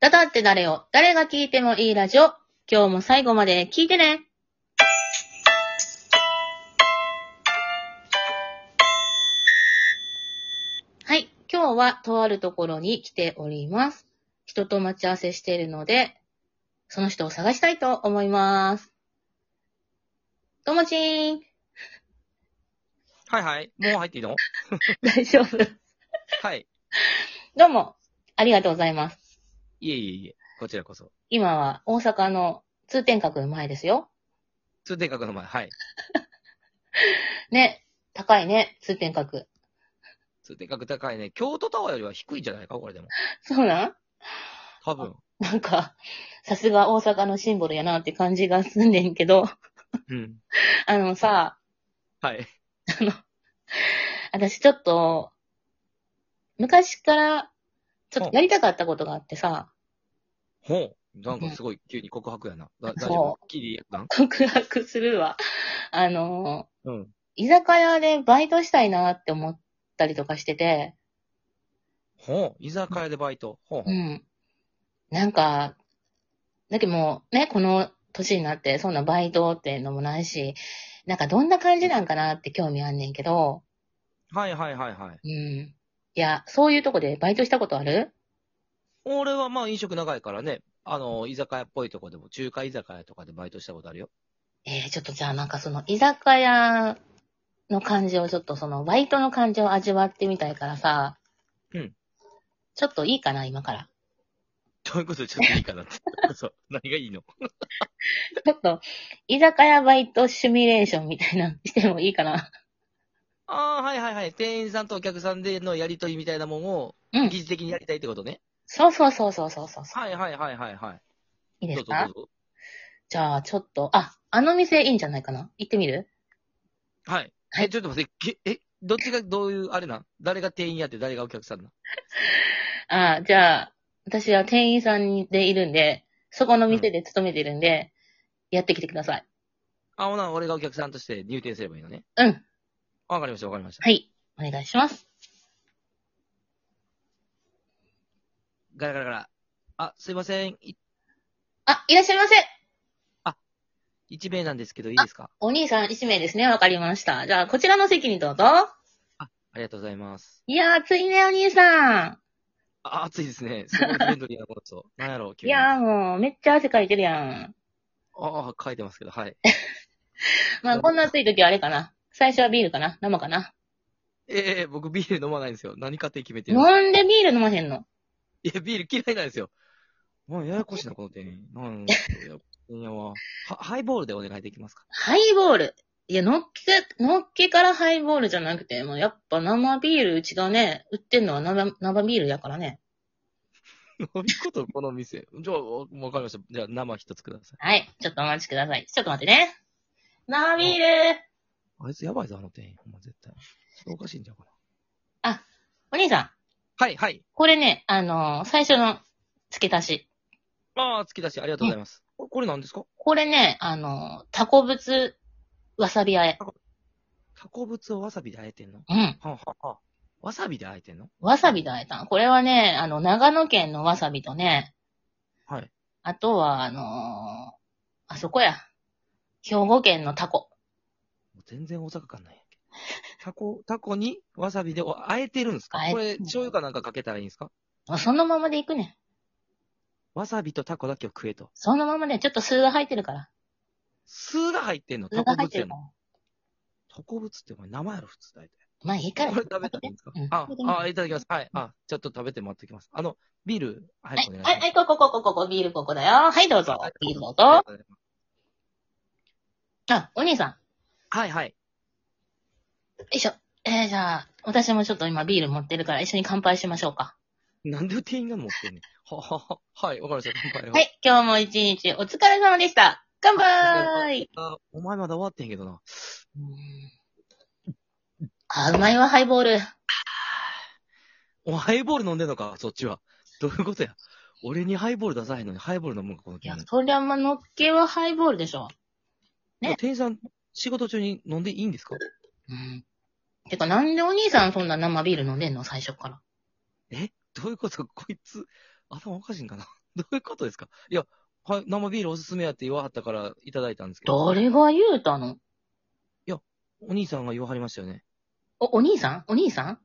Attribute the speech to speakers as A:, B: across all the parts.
A: だだって誰を、誰が聞いてもいいラジオ。今日も最後まで聞いてね。はい。今日はとあるところに来ております。人と待ち合わせしているので、その人を探したいと思います。ともちーん。
B: はいはい。もう入っていいの
A: 大丈夫。
B: はい。
A: どうも、ありがとうございます。
B: いえいえいえ。こちらこそ。
A: 今は大阪の通天閣の前ですよ。
B: 通天閣の前。はい。
A: ね、高いね、通天閣。
B: 通天閣高いね。京都タワーよりは低いんじゃないかこれでも。
A: そうなん
B: 多分。
A: なんか、さすが大阪のシンボルやなって感じがすんねんけど、
B: うん。
A: あのさ、
B: はい。
A: 私ちょっと、昔から、ちょっとやりたかったことがあってさ、
B: ほう。なんかすごい急に告白やな。だ大丈
A: そ
B: 夫キリやったん
A: 告白するわ。あの、
B: うん。
A: 居酒屋でバイトしたいなって思ったりとかしてて、
B: ほう。居酒屋でバイト。ほう
A: う。ん。なんか、だけどもうね、この年になって、そんなバイトっていうのもないし、なんかどんな感じなんかなって興味あんねんけど、
B: はいはいはいはい。
A: うん。いや、そういうとこでバイトしたことある
B: 俺はまあ飲食長いからね。あの、居酒屋っぽいとこでも、中華居酒屋とかでバイトしたことあるよ。
A: えー、ちょっとじゃあなんかその居酒屋の感じをちょっとそのバイトの感じを味わってみたいからさ、
B: うん。
A: ちょっといいかな、今から。
B: どういうことちょっといいかなって。そう。何がいいの
A: ちょっと、居酒屋バイトシミュレーションみたいなのしてもいいかな。
B: ああ、はいはいはい。店員さんとお客さんでのやりとりみたいなもんを、
A: うん
B: 疑似的にやりたいってことね。
A: そうそうそうそうそうそう。
B: はいはいはいはいは
A: い
B: い。
A: いです
B: どうぞ
A: か
B: どうぞ。
A: じゃあ、ちょっと、あ、あの店いいんじゃないかな行ってみる
B: はい。
A: はい
B: え、ちょっと待って、けえ、どっちがどういう、あれなん誰が店員やって誰がお客さんなん
A: あじゃあ、私は店員さんでいるんで、そこの店で勤めてるんで、やってきてください。
B: あ、ほな、俺がお客さんとして入店すればいいのね。
A: うん。
B: わかりました、わかりました。
A: はい。お願いします。
B: ガラガラガラ。あ、すいません。い
A: あ、いらっしゃいませ
B: 一名なんですけど、いいですか
A: お兄さん1名ですね。わかりました。じゃあ、こちらの席にどうぞ。
B: ありがとうございます。
A: いやー、暑いね、お兄さん。
B: あ、暑いですね。すごいフレンドリーなこの人。 なんやろう、急
A: い
B: に。
A: や
B: あ
A: ー、もう、めっちゃ汗かいてるやん。
B: あ、書いてますけど、はい。
A: まあ、こんな暑い時はあれかな。最初はビールかな生かな
B: ええ僕ビール飲まないんですよ。何買って決めてる
A: なんでビール飲まへんの
B: いや、ビール嫌いなんですよ。もうややこしいな、この店員。なんややこしいなはハイボールでお願いできますか
A: ハイボール。いや、のっけ、のっけからハイボールじゃなくて、もうやっぱ生ビール、うちがね、売ってんのは生、生ビールやからね。
B: 飲みことこの店。じゃあ、わかりました。じゃあ、生一つください。
A: はい。ちょっとお待ちください。ちょっと待ってね。生ビール
B: あいつやばいぞ、あの店員。ほんま絶対。それおかしいんじゃうかな。
A: お兄さん、
B: はい、はい。
A: これね、あのー最初の付け足し。
B: ああ、突き出し、ありがとうございます。ここれ何ですか
A: これね、あのータコブツわさびあえ。
B: タコブツをわさびであえてんの
A: うん。
B: はあはあはあわさびであえてんの
A: わさびであえたん。これはね、あの、長野県のわさびとね、
B: はい。
A: あとは、あのーあそこや。兵庫県のタコ。
B: もう全然大阪感ないやんけ。タコ、タコにわさびでおあえてるんですか
A: あえて
B: これ、醤油かなんかかけたらいいんですか
A: そのままでいくね。
B: わさびとタコだけを食えと。
A: そのままね、ちょっと酢が入ってるから。
B: 酢が入ってんの
A: 酢
B: タ
A: が入
B: コブ
A: っ
B: ツ
A: てる
B: や
A: か
B: の
A: ら。
B: タコブツってお前生やろ、普通大体。
A: まあいいから。
B: これ食べたらいいんですか、
A: うん
B: あ、あ、いただきます。はい。あ、ちょっと食べて待ってきます。あの、ビール、はい、
A: はい
B: お願いしま
A: は
B: す。
A: い、はい、ここ、ここ、ここ、ビールここだよ。はい、どうぞ。ビールどうぞ。あ、お兄さん。よ
B: はい、はい。
A: いしょ。えー、じゃあ、私もちょっと今ビール持ってるから一緒に乾杯しましょうか。
B: なんで店員が持ってんねん。ははは。はい、わかりました。乾杯を。
A: はい、今日も一日お疲れ様でした。乾杯
B: あお前まだ終わってへんけどな。
A: うんあ、うまいわ、ハイボール。
B: お前ハイボール飲んでんのか、そっちは。どういうことや。俺にハイボール出さへんのに、ハイボール飲むんか、この
A: い
B: 店
A: や
B: 員。、
A: そりゃまあ、のっけはハイボールでしょ。ね
B: 店員さん、仕事中に飲んでいいんですか
A: うん。てか、なんでお兄さんそんな生ビール飲んでんの最初から。
B: えどういうことこいつ、頭おかしいんかな。 どういうことですかいや、はい、生ビールおすすめやって言わはったからいただいたんですけど。
A: 誰が言うたの
B: お兄さんが言わはりましたよね。
A: お、お兄さんお兄さん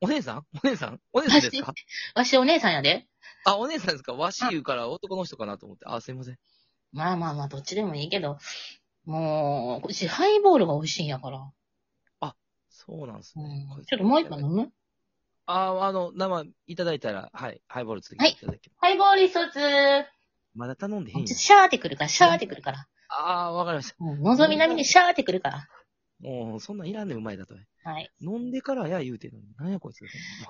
B: お姉さんお姉さんお姉さんですか
A: わしお姉さんやで。
B: あ、お姉さんですかわし言うから男の人かなと思って。あ、すいません。
A: まあまあまあ、どっちでもいいけど。もう、うちハイボールが美味しいんやから。
B: そうなんです
A: う
B: ね
A: ん。ちょっともう一杯飲
B: の。
A: む
B: あ、あの、生いただいたら、はい、ハイボールつけ
A: は
B: て
A: い
B: いただきます。
A: ハイボール一つ。ちょ
B: まだ頼んでへん
A: っ
B: よ
A: と。シャーってくるから、シャーってくるから。
B: ああ、わかりました。
A: うん、のぞみなみにシャーってくるから。
B: もう、そんなんいらんねん、うまいだとえ。
A: はい。
B: 飲んでからや言うてんのに。なんやこいつ。あ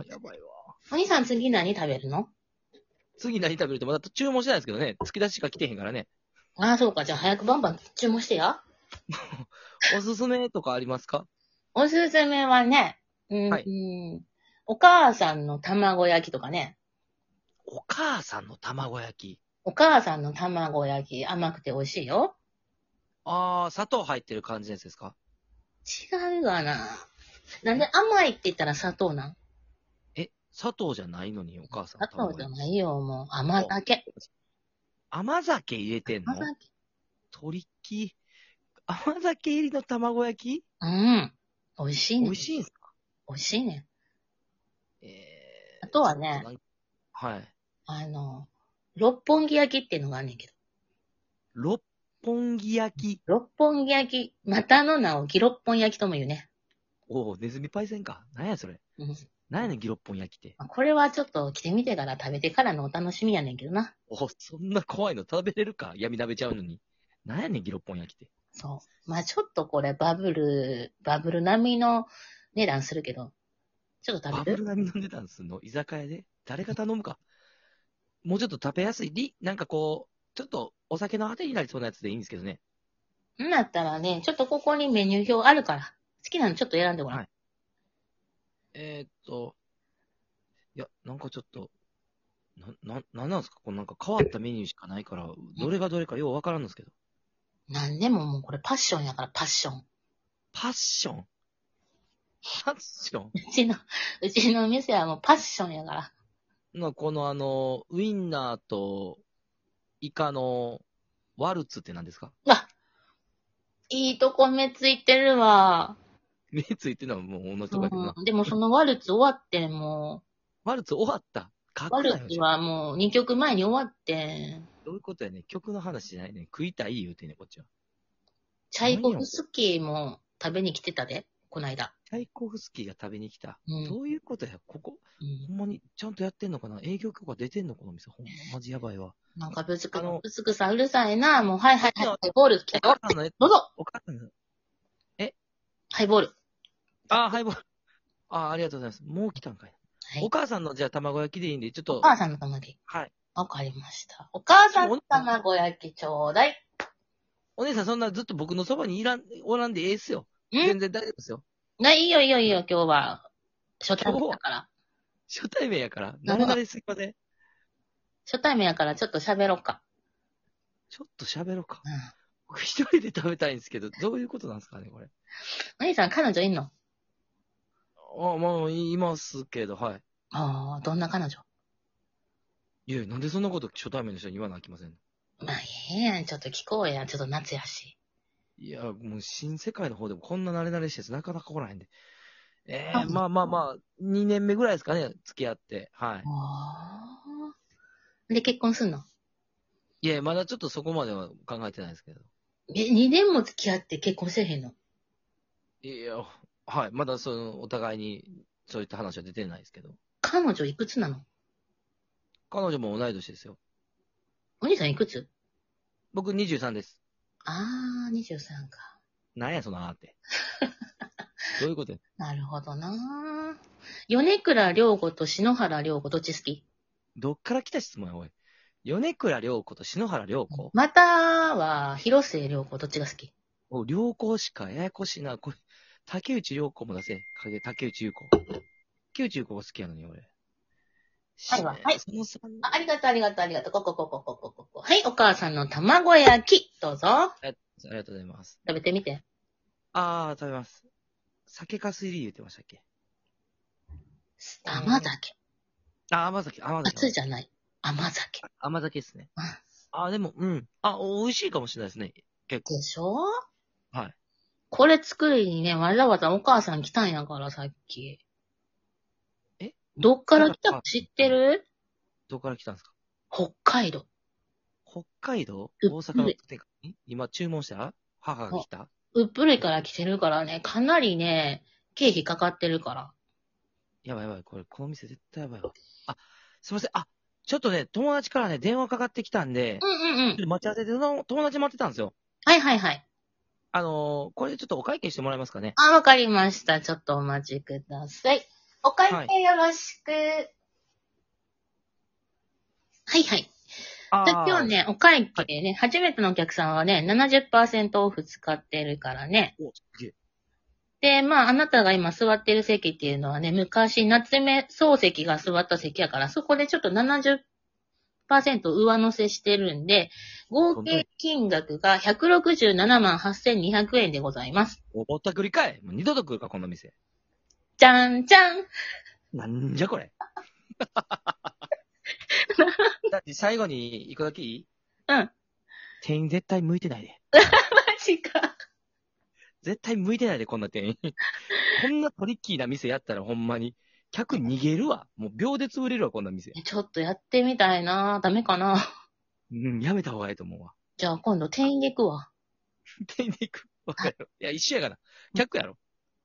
B: やばいわ。
A: お兄さん次何食べるの
B: 次何食べるってまだ注文してないですけどね。突き出ししか来てへんからね。
A: ああ、そうか。じゃあ早くバンバン注文してや。
B: おすすめとかありますか
A: おすすめはね、うん、
B: はい
A: うんお母さんの卵焼きとかね。
B: お母さんの卵焼き。
A: お母さんの卵焼き甘くて美味しいよ。
B: ああ、砂糖入ってる感じのやつですか
A: 違うわな。なんで甘いって言ったら砂糖なん
B: え、砂糖じゃないのにお母さんの
A: 砂糖
B: 卵
A: じゃ
B: 焼き。
A: ないよ、もう。甘酒。
B: 甘酒入れてんの
A: 甘酒。
B: トリッキー。甘酒入りの卵焼き
A: うん。美味しいね。
B: 美味しいんすか
A: 美味しいね。
B: え
A: あとはね。
B: ちょっとなんはい。
A: あの、六本木焼きっていうのがあんねんけど。
B: 六本木焼き。
A: 六本木焼き、またの名をギロッポン焼きとも言うね。
B: おお、ネズミパイセンか。なんやそれ。
A: うん
B: なんやねん、ギロッポン焼きって。
A: まあこれはちょっと着てみてから食べてからのお楽しみやねんけどな。
B: おそんな怖いの食べれるか闇鍋ちゃうのに。なんやねん、ギロッポン焼きって。
A: そう。まあちょっとこれバブル、バブル並みの値段するけど、ちょっと
B: バ
A: 食
B: ブ
A: べ
B: ル
A: る
B: 並みの値段すんの居酒屋で誰が頼むか。もうちょっと食べやすい。り、なんかこう、ちょっとお酒のあてになりそうなやつでいいんですけどね。
A: んだったらね、ちょっとここにメニュー表あるから、好きなのちょっと選んでごらん。
B: はいえー、っと、いや、なんかちょっと、な、な、なんなんですかこのなんか変わったメニューしかないから、どれがどれかようわからんのですけど。
A: なんでももうこれパッションやからパッション。
B: パッションパッション
A: うちの、うちの店はもうパッションやから。
B: な、このあの、ウインナーとイカのワルツって何ですか
A: うわいいとこ目ついてるわ。
B: 目ついてるのはもう同じとこやけどな。
A: うん、でもそのワルツ終わって、も
B: ワルツ終わった。かっ
A: う、ワ
B: こ
A: ル
B: ない
A: ツ
B: よ。
A: はもう2曲前に終わって、
B: どういうことやねん曲の話じゃないねん食いたい言うてんねんこっちは。
A: チャイコフスキーも食べに来てたで、こないだ。
B: チャイコフスキーが食べに来た。
A: うん
B: どういうことやここ、
A: うん
B: ほんまに、ちゃんとやってんのかな営業許可出てんのこの店。ほんま、マジやばいわ。
A: なんかぶつく
B: あの、
A: ぶつくさうるさいな。もう、はいはいはい、
B: いや
A: ハイボール来
B: お
A: たよ
B: 母。さんのやつ、
A: どうぞ
B: お母さんの。
A: ハイボール。
B: あー、ハイボール。あー、ありがとうございます。もう来たんかい。
A: はい
B: お母さんの、じゃあ、卵焼きでいいんで、ちょっ
A: お
B: と、
A: 母さんの卵焼き。
B: はい。
A: わかりました。お母さんの卵焼きちょうだい。
B: お姉さん、そんなずっと僕のそばにいらん、おらんでええっすよ。
A: ん
B: 全然大丈夫ですよ。
A: ないいよいいよいいよ、今日は。初対面だから。
B: 初対面やから、
A: な
B: 慣
A: る
B: れ
A: ほど
B: 慣れすぎません。
A: 初対面やからちょっと喋ろうか。
B: ちょっと喋ろうか。
A: うん。
B: 僕一人で食べたいんですけど、どういうことなんですかね、これ。
A: お兄さん、彼女いんの
B: あー、まあ、いますけど、はい。
A: ああ、どんな彼女
B: いや、なんでそんなこと初対面の人に言わなあきませんの
A: まあ、ええやん。ちょっと聞こうや。ちょっと夏やし。
B: いや、もう新世界の方でもこんな慣れ慣れしいやつなかなか来ないんで。ええ
A: あ
B: まあまあまあ、2年目ぐらいですかね、付き合って。は
A: ああ。で、結婚すんの
B: い。いや、まだちょっとそこまでは考えてないですけど。
A: え、2年も付き合って結婚せえへんの
B: いや、はい。まだその、お互いに、そういった話は出てないですけど。
A: 彼女いくつなの
B: 彼女も同い年ですよ。
A: お兄さんいくつ
B: 僕23です。
A: ああ、23か。
B: なんや、そのあーって。どういうことや
A: なるほどな米倉涼子と篠原涼子どっち好き
B: どっから来た質問や、おい。米倉涼子と篠原涼子
A: または、広末涼子どっちが好き
B: お、涼子しかややこしいな。これ、竹内涼子も出せ。影竹内優子。竹内優子が好きやのに、俺。
A: はいはいはい
B: その三
A: あありがとう、ありがとう、ありがとう。ここ、ここ、ここ、ここ。はい、お母さんの卵焼き。どうぞ。
B: ありがとうございます。
A: 食べてみて。
B: あー、食べます。酒かす入り言ってましたっけ
A: 甘酒。
B: あー、甘酒、甘酒。
A: 熱じゃない。甘酒。
B: 甘酒ですね
A: うん。
B: あ、でも、うん。あ、お美味しいかもしれないですね。結構。
A: でしょ
B: はい。
A: これ作りにね、わざわざお母さん来たんやから、さっき。
B: え
A: どっから来たか知ってる
B: どこから来たんですか
A: 北海道。
B: 北海道
A: うっ
B: 大阪の店かん今注文した母が来た
A: うっぷりから来てるからね、かなりね、経費かかってるから。
B: やばいやばい。これ、この店絶対やばいわ。あ、すいません。あ、ちょっとね、友達からね、電話かかってきたんで、
A: うんうんうん
B: ちょっ。と待ち合わせで、その友達待ってたんですよ。
A: はいはいはい。
B: あのーこれでちょっとお会計してもらえますかね。
A: あ、わかりました。ちょっとお待ちください。お会計よろしく。はいはい。
B: あ
A: で
B: ー
A: 今日。ね、お会計ね、初めてのお客さんはね、70%オフ使ってるからね。
B: おすげえ
A: で、まあ、あなたが今座ってる席っていうのはね、昔、夏目漱石が座った席やから、そこでちょっと70%上乗せしてるんで、合計金額が167万8200円でございます。
B: おぼったくりかいもう二度と来るか、この店。
A: じゃんじゃん
B: なんじゃこ れ。だって最後に一個だけいい
A: うん。
B: 店員絶対向いてないで。
A: マジか。
B: 絶対向いてないで、こんな 店員。こんなトリッキーな店やったらほんまに。客逃げるわ。もう秒で潰れるわ、こんな店。
A: ちょっとやってみたいなダメかな
B: うん、やめた方がいいと思うわ。
A: じゃあ今度店員で行くわ。
B: 店員で行く。わかる。いや、一緒やから。客やろ。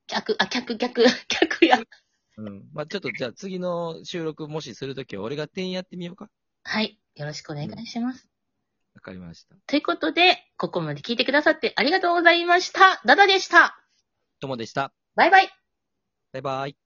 A: 客、あ、客、客、客や。
B: うん。まあ、ちょっとじゃあ次の収録もしするときは俺が店員やってみようか。
A: はい。よろしくお願いします。
B: わかりました。
A: ということで、ここまで聞いてくださってありがとうございました。ダダでした。
B: ともでした。
A: バイバイ。
B: バイバイ。